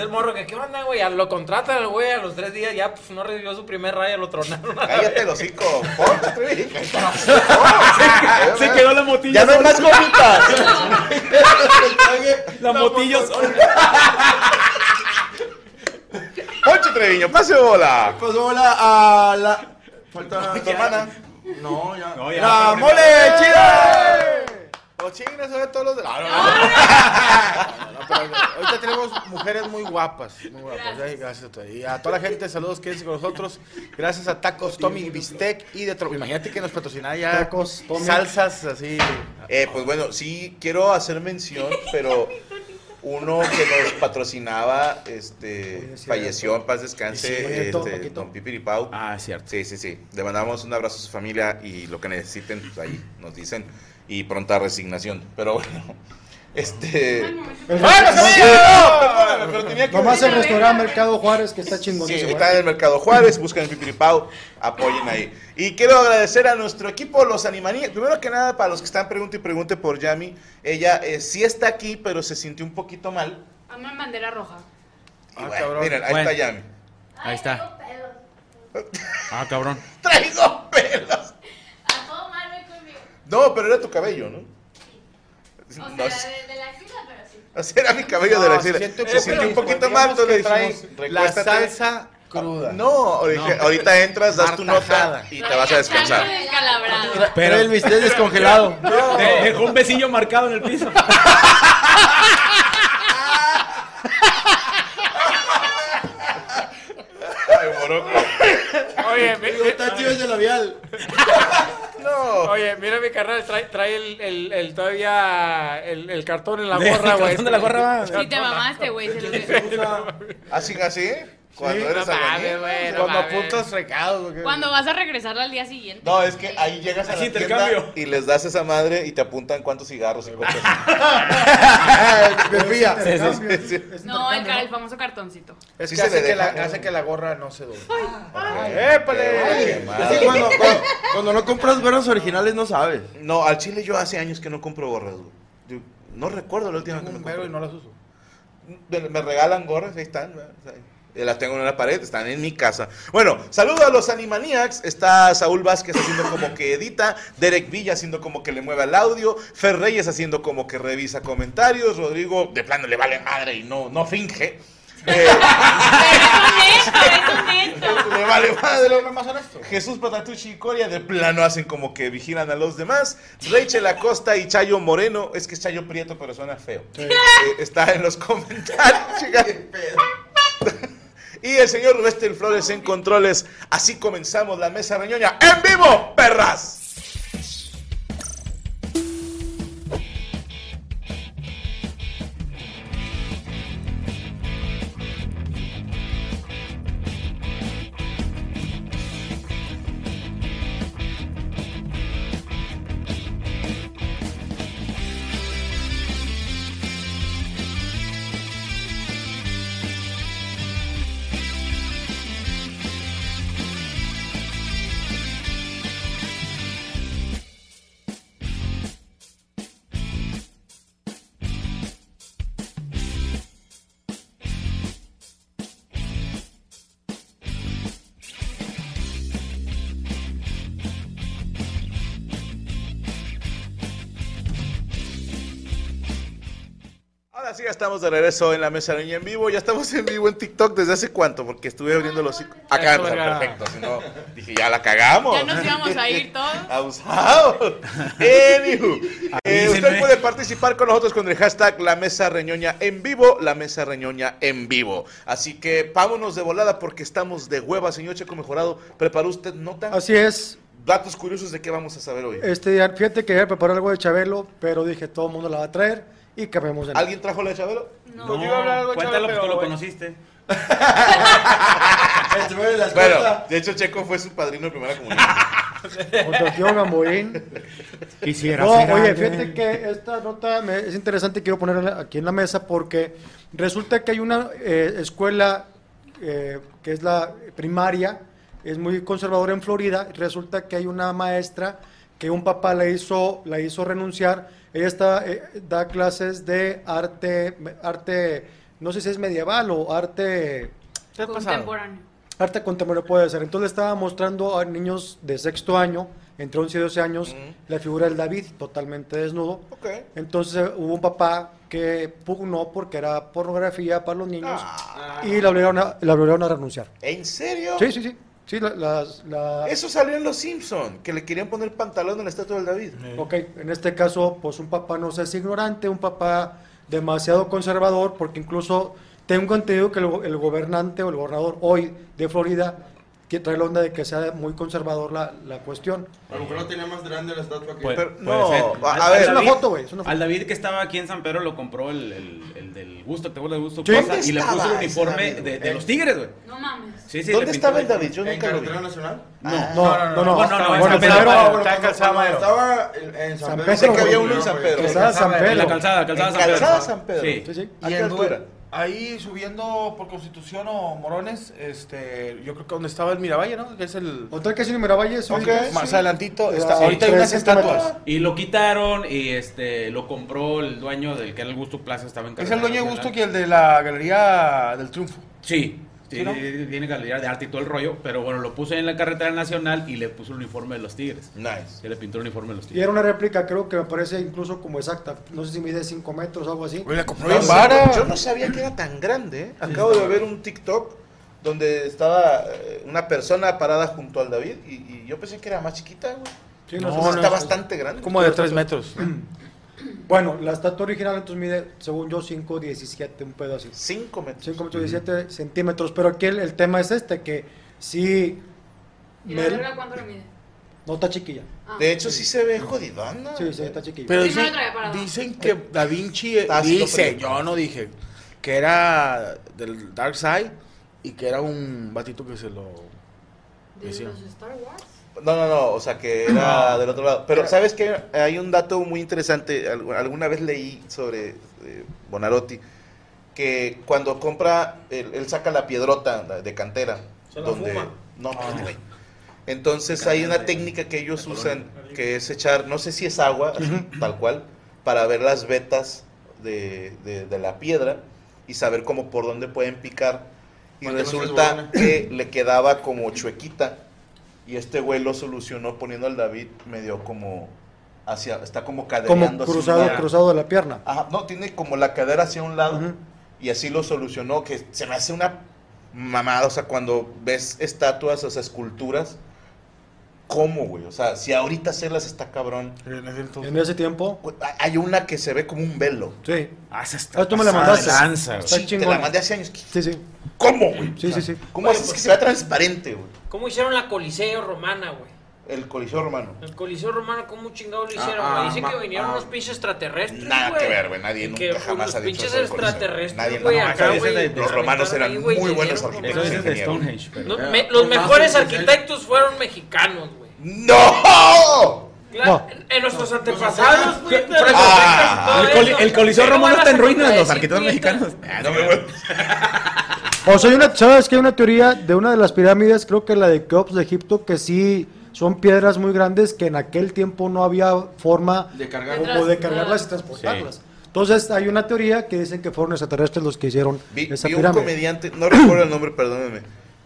Speaker 10: el morro que, ¿qué onda, güey? A- Lo contratan al güey a los tres días, ya pues, no recibió su primer raya, lo tronaron.
Speaker 4: Cállate los hocico, ponte, Trevi.
Speaker 9: Se Oh, quedó la motilla.
Speaker 4: Ya no hay más gomitas.
Speaker 9: La motilla sola.
Speaker 4: Ponche Treviño, pase bola.
Speaker 11: Pues hola a la. Falta
Speaker 4: Tu hermana.
Speaker 11: No, ya.
Speaker 9: No, ya.
Speaker 11: ¡La mole chida!
Speaker 8: O chingas, sobre todos los de. No, no, no. No, no, pero ahorita tenemos mujeres muy guapas, muy guapas. Ay, Gracias. a todas. Y a toda la gente, saludos, quédense con nosotros. Gracias a Tacos, Tommy, Bistec y de tro- Imagínate que nos patrocinara ya
Speaker 6: Tacos, Tommy.
Speaker 8: salsas así.
Speaker 4: Eh, pues bueno, sí quiero hacer mención, pero uno que nos patrocinaba, este, falleció en paz
Speaker 6: Sí, es
Speaker 4: descanse,
Speaker 6: cierto,
Speaker 4: este,
Speaker 6: Paquito.
Speaker 4: don Pipiripau.
Speaker 9: Ah, es cierto.
Speaker 4: Sí, sí, sí. Le mandamos un abrazo a su familia y lo que necesiten, pues ahí nos dicen. Y pronta resignación. Pero bueno, este.
Speaker 6: Nomás
Speaker 4: Perdóname, pero tenía que
Speaker 6: Nomás el restaurante Mercado Juárez que está ¿eh? chingón.
Speaker 4: Sí, está en el Mercado Juárez, buscan el Pipiripao, apoyen ahí. Y quiero agradecer a nuestro equipo, los Animanías. Primero que nada, para los que están pregunte y pregunte por Yami, ella eh, sí está aquí, pero se sintió un poquito mal.
Speaker 7: A una bandera roja.
Speaker 4: Y
Speaker 8: Ah,
Speaker 4: bueno,
Speaker 8: cabrón.
Speaker 4: miren, ahí
Speaker 9: Bueno.
Speaker 4: está Yami.
Speaker 9: Ahí está. Ah, cabrón.
Speaker 4: ¡Traigo pelos!
Speaker 7: A todo mal ven conmigo.
Speaker 4: No, pero era tu cabello, ¿no? No,
Speaker 7: O sea, de, de la axila, pero sí.
Speaker 4: o sea, era mi cabello de la
Speaker 8: No,
Speaker 4: axila.
Speaker 8: se siente un
Speaker 4: Se
Speaker 8: poco-
Speaker 4: sintió un poquito
Speaker 8: digamos
Speaker 4: mal, entonces
Speaker 8: que
Speaker 4: le
Speaker 8: trae
Speaker 4: dijimos,
Speaker 8: La
Speaker 4: recuéstate.
Speaker 8: salsa cruda.
Speaker 4: No, le dije, ahorita entras, das tu nota
Speaker 8: Martajada.
Speaker 4: y te vas a descansar.
Speaker 7: Sangre descalabrada.
Speaker 11: Pero el bistec descongelado.
Speaker 9: De- dejó un besillo marcado en el piso.
Speaker 4: Ay, moroco.
Speaker 10: Oye, mi- mi-
Speaker 11: Está chido ese labial.
Speaker 4: No.
Speaker 10: oye, mira mi carnal, trae, trae el, el- el todavía el, el cartón en la
Speaker 9: De-
Speaker 10: gorra,
Speaker 9: el
Speaker 10: güey.
Speaker 9: cartón de la gorra, va.
Speaker 7: Sí, te mamaste, güey. Se lo digo.
Speaker 4: ¿Así, así? Cuando eres
Speaker 10: no mames,
Speaker 4: albañil.
Speaker 10: güey, no
Speaker 8: Cuando
Speaker 10: mames.
Speaker 8: apuntas recados. ¿o qué?
Speaker 7: Cuando vas a regresar al día siguiente.
Speaker 4: No, es que ahí llegas a
Speaker 9: Es
Speaker 4: la
Speaker 9: intercambio.
Speaker 4: tienda y les das esa madre y te apuntan cuántos cigarros y cuántas.
Speaker 6: Me fía.
Speaker 7: No, el, ca- el famoso cartoncito.
Speaker 8: Es
Speaker 4: Sí
Speaker 8: que,
Speaker 4: se
Speaker 8: hace
Speaker 4: le
Speaker 8: que, la,
Speaker 4: deja.
Speaker 8: hace que la gorra no se doble.
Speaker 4: ¡Épale!
Speaker 11: Así cuando, cuando- cuando no compras veros originales no sabes.
Speaker 4: No, al chile yo hace años que no compro gorras, güey. Yo no recuerdo la última vez que me
Speaker 8: Tengo un vero
Speaker 4: compré.
Speaker 8: y no las uso.
Speaker 4: Me me regalan gorras, ahí están. ¿verdad? O sea, yo Las tengo en una pared, están en mi casa. Bueno, saludo a los Animaniacs. Está Saúl Vázquez haciendo como que edita, Derek Villa haciendo como que le mueve el audio, Fer Reyes haciendo como que revisa comentarios, Rodrigo de plano le vale madre y no, no finge. Eh,
Speaker 7: Pero es honesto, es honesto.
Speaker 4: le vale madre.
Speaker 8: más honesto.
Speaker 4: Jesús Patatucci y Coria de plano hacen como que vigilan a los demás. Rachel Acosta y Chayo Moreno, es que es Chayo Prieto, pero suena feo. Eh, está en los comentarios, chica. Y el señor Westel Flores en controles. Así comenzamos la mesa reñoña en vivo, perras. Ahora sí, ya estamos de regreso en la mesa niña en vivo. Ya estamos en vivo en TikTok desde hace cuánto, porque estuve abriendo los hocico. Acá,
Speaker 8: Eso
Speaker 4: o sea,
Speaker 8: era.
Speaker 4: perfecto. Si no, dije, ya la cagamos.
Speaker 7: Ya nos íbamos a ir todos.
Speaker 4: Abusados. Anywho, eh, usted puede participar con nosotros con el hashtag La Mesa Reñoña en vivo, La Mesa Reñoña en vivo. Así que vámonos de volada porque estamos de hueva, señor Checo Mejorado. ¿Preparó usted nota?
Speaker 6: Así es.
Speaker 4: Datos curiosos de qué vamos a saber hoy.
Speaker 6: Este, fíjate que quería preparar algo de Chabelo, pero dije, todo el mundo la va a traer y cambiamos de
Speaker 4: ¿Alguien trajo la de Chabelo?
Speaker 3: No,
Speaker 6: Porque iba a hablar algo de
Speaker 3: cuéntalo,
Speaker 6: Chabelo,
Speaker 3: pues, tú lo
Speaker 6: güey.
Speaker 3: conociste.
Speaker 4: Bueno, de hecho Checo fue su padrino de primera comunión.
Speaker 6: Contra Tío Gamboín.
Speaker 12: Quisiera
Speaker 6: No,
Speaker 12: ser
Speaker 6: oye,
Speaker 8: eh.
Speaker 12: alguien.
Speaker 6: fíjate que esta nota me- es interesante, quiero ponerla aquí en la mesa porque resulta que hay una eh, escuela eh, que es la primaria, es muy conservadora en Florida, resulta que hay una maestra que un papá la hizo, la hizo renunciar, ella está, eh, da clases de arte, arte, no sé si es medieval o arte...
Speaker 7: Contemporáneo.
Speaker 6: Arte contemporáneo puede ser. Entonces le estaba mostrando a niños de sexto año, entre 11 y 12 años, la figura del David totalmente desnudo. Entonces eh, hubo un papá que pugnó porque era pornografía para los niños y la obligaron, a, la obligaron a renunciar.
Speaker 4: ¿En serio?
Speaker 6: Sí, sí, sí. Sí, la- las- la-
Speaker 4: Eso salió en Los Simpson, que le querían poner pantalón en la estatua del David.
Speaker 6: Ok, en este caso, pues un papá no sé, es ignorante, un papá demasiado conservador, porque incluso tengo entendido que el, go- el gobernante o el gobernador hoy de Florida que trae la onda de que sea muy conservador la, la cuestión.
Speaker 11: A lo mejor no tenía más grande la estatua que
Speaker 3: Puede-
Speaker 11: Pero-
Speaker 3: puede
Speaker 11: no,
Speaker 3: ser.
Speaker 11: a-
Speaker 3: Al-
Speaker 11: a
Speaker 3: al
Speaker 11: ver.
Speaker 6: una foto, güey, es una
Speaker 3: Al David que estaba aquí en San Pedro lo compró el, el, el del gusto, ¿te acuerdas del gusto?
Speaker 6: Sí.
Speaker 3: Plaza,
Speaker 6: ¿Dónde
Speaker 3: Y le puso el
Speaker 6: estaba
Speaker 3: uniforme
Speaker 6: ese David,
Speaker 3: de,
Speaker 6: güey?
Speaker 3: de los Tigres, güey.
Speaker 7: No mames.
Speaker 3: Sí, sí,
Speaker 4: ¿Dónde
Speaker 3: le pintó
Speaker 4: estaba el
Speaker 3: la-
Speaker 4: David? Yo
Speaker 11: ¿En
Speaker 4: nunca lo vi.
Speaker 11: Carretera Nacional?
Speaker 4: Ah, No,
Speaker 6: Ah, no, no,
Speaker 11: no,
Speaker 6: no,
Speaker 11: en San Pedro,
Speaker 6: no,
Speaker 11: bueno,
Speaker 6: está en Calzada
Speaker 11: cuando
Speaker 6: Madero.
Speaker 11: Estaba en- en San
Speaker 6: San
Speaker 11: Pedro.
Speaker 6: Pedro,
Speaker 11: sé que había
Speaker 6: güey.
Speaker 11: uno en San Pedro.
Speaker 6: Calzada San Pedro. En la calzada,
Speaker 3: calzada
Speaker 11: En
Speaker 3: San Pedro.
Speaker 11: Calzada San Pedro.
Speaker 3: Sí. Sí, sí.
Speaker 11: ¿A
Speaker 3: ¿Y
Speaker 11: qué
Speaker 3: en
Speaker 11: altura?
Speaker 3: Duero?
Speaker 8: Ahí subiendo por Constitución o Morones, este, yo creo que donde estaba el Miravalle, ¿no? Que es el
Speaker 6: Hotel Casino Miravalle es
Speaker 8: Ok, más adelantito está-
Speaker 6: está
Speaker 8: ahorita hay unas estatuas.
Speaker 3: Y lo quitaron y este lo compró el dueño del que era el Gusto Plaza, estaba en
Speaker 8: Es el dueño de
Speaker 3: Nacional.
Speaker 8: gusto que el de la Galería del Triunfo.
Speaker 3: Sí, sí,
Speaker 8: ¿Sí, no?
Speaker 3: tiene galería de arte y todo el rollo, pero bueno, lo puso en la carretera nacional y le puso el uniforme de los Tigres.
Speaker 4: Nice.
Speaker 3: Se le pintó el uniforme de los
Speaker 6: Y
Speaker 3: Tigres.
Speaker 6: era una réplica, creo que me parece incluso como exacta. No sé si mide 5 metros o algo así.
Speaker 4: No sé, Yo no sabía que era tan grande. ¿eh? Acabo de ver un TikTok donde estaba eh, una persona parada junto al David y, y yo pensé que era más chiquita, güey.
Speaker 6: Sí,
Speaker 4: no,
Speaker 6: no,
Speaker 4: está
Speaker 6: no, no,
Speaker 4: bastante grande.
Speaker 8: Como de tres metros.
Speaker 6: Bueno, la estatua original entonces mide, según yo, 5,17, un pedo así.
Speaker 4: 5 metros.
Speaker 6: 5 metros, 17 centímetros. Pero aquí el, el tema es este, que sí...
Speaker 7: ¿Y la
Speaker 6: Mel-
Speaker 7: verga cuánto lo mide?
Speaker 6: no está chiquilla.
Speaker 7: Ah.
Speaker 4: De hecho, sí se ve jodidona.
Speaker 6: Sí, sí, está chiquilla.
Speaker 8: Pero
Speaker 7: Sí, me
Speaker 8: dicen,
Speaker 7: lo traía para abajo.
Speaker 8: dicen que Da Vinci eh,
Speaker 4: Tácito,
Speaker 8: dice,
Speaker 4: pero-
Speaker 8: yo no dije, que era del Dark Side y que era un batito que se lo
Speaker 7: ¿De
Speaker 8: decía.
Speaker 7: los Star Wars?
Speaker 4: No, no, no, o sea que era del otro lado. Pero sabes que hay un dato muy interesante, algu- alguna vez leí sobre eh, Bonarotti, que cuando compra, él, él saca la piedrota la de cantera.
Speaker 11: Se la
Speaker 4: donde,
Speaker 11: fuma.
Speaker 4: No,
Speaker 11: Ah.
Speaker 4: espérate, güey. Entonces hay una técnica que ellos usan, que es echar, no sé si es agua, así, tal cual, para ver las vetas de, de- de la piedra y saber cómo por dónde pueden picar. Y
Speaker 11: Para que no se
Speaker 4: resulta
Speaker 11: desbone.
Speaker 4: que le quedaba como chuequita. Y este güey lo solucionó poniendo al David medio como hacia, está como cadereando. hacia
Speaker 6: Como
Speaker 4: un
Speaker 6: cruzado,
Speaker 4: lado.
Speaker 6: cruzado de la pierna.
Speaker 4: Ajá, no, tiene como la cadera hacia un lado. Y así lo solucionó, que se me hace una mamada, o sea, cuando ves estatuas, o sea, esculturas, ¿cómo, güey? O sea, si ahorita hacerlas está cabrón.
Speaker 6: En ese tiempo...
Speaker 4: Güey, Hay una que se ve como un velo.
Speaker 6: Sí.
Speaker 4: Ah,
Speaker 6: Ah, tú me la mandaste. Está
Speaker 4: sí, te la
Speaker 6: chingona.
Speaker 4: mandé hace años.
Speaker 6: Sí, sí.
Speaker 4: ¿Cómo, güey?
Speaker 6: Sí, sí, sí.
Speaker 4: ¿Cómo haces que se vea transparente, güey?
Speaker 10: ¿Cómo hicieron la Coliseo Romana, güey?
Speaker 4: El Coliseo Romano.
Speaker 10: El Coliseo Romano, ¿cómo chingado lo hicieron,
Speaker 4: Ah,
Speaker 10: güey? Dicen
Speaker 4: ma-
Speaker 10: que vinieron
Speaker 4: ah.
Speaker 10: unos pinches extraterrestres,
Speaker 4: Nada
Speaker 10: güey.
Speaker 4: que ver, güey. Nadie
Speaker 10: Que
Speaker 4: nunca jamás
Speaker 10: unos
Speaker 4: ha dicho
Speaker 10: pinches
Speaker 4: eso. del Coliseo.
Speaker 10: extraterrestres,
Speaker 4: Nadie
Speaker 10: güey,
Speaker 4: nada.
Speaker 10: acá, güey,
Speaker 4: Los romanos
Speaker 10: ahí,
Speaker 4: eran
Speaker 10: güey,
Speaker 4: muy
Speaker 10: le
Speaker 4: buenos
Speaker 10: dieron,
Speaker 4: arquitectos.
Speaker 10: güey. Eso
Speaker 3: es de
Speaker 4: ingenieros.
Speaker 3: Stonehenge, pero-
Speaker 10: No, me- los mejores arquitectos fueron mexicanos, güey.
Speaker 6: Ah,
Speaker 4: ¡No!
Speaker 10: Claro, en- en nuestros antepasados, güey. por eso
Speaker 9: Ah,
Speaker 10: todo
Speaker 9: el, coli-
Speaker 10: eso.
Speaker 9: el Coliseo
Speaker 10: ¿Qué no
Speaker 9: Romano
Speaker 10: van a
Speaker 9: está en
Speaker 10: hacer
Speaker 9: ruinas,
Speaker 10: contra
Speaker 9: los
Speaker 10: decir,
Speaker 9: arquitectos
Speaker 10: güey?
Speaker 9: mexicanos.
Speaker 4: Ah, no me voy.
Speaker 6: O sea, hay una, ¿sabes que Hay una teoría de una de las pirámides, creo que la de Keops de Egipto, que sí son piedras muy grandes que en aquel tiempo no había forma
Speaker 11: De cargar.
Speaker 6: o- o de ah. cargarlas y transportarlas. Entonces, hay una teoría que dicen que fueron extraterrestres los que hicieron
Speaker 4: Vi,
Speaker 6: esa
Speaker 4: vi un
Speaker 6: pirámide.
Speaker 4: comediante, no recuerdo el nombre, perdónenme,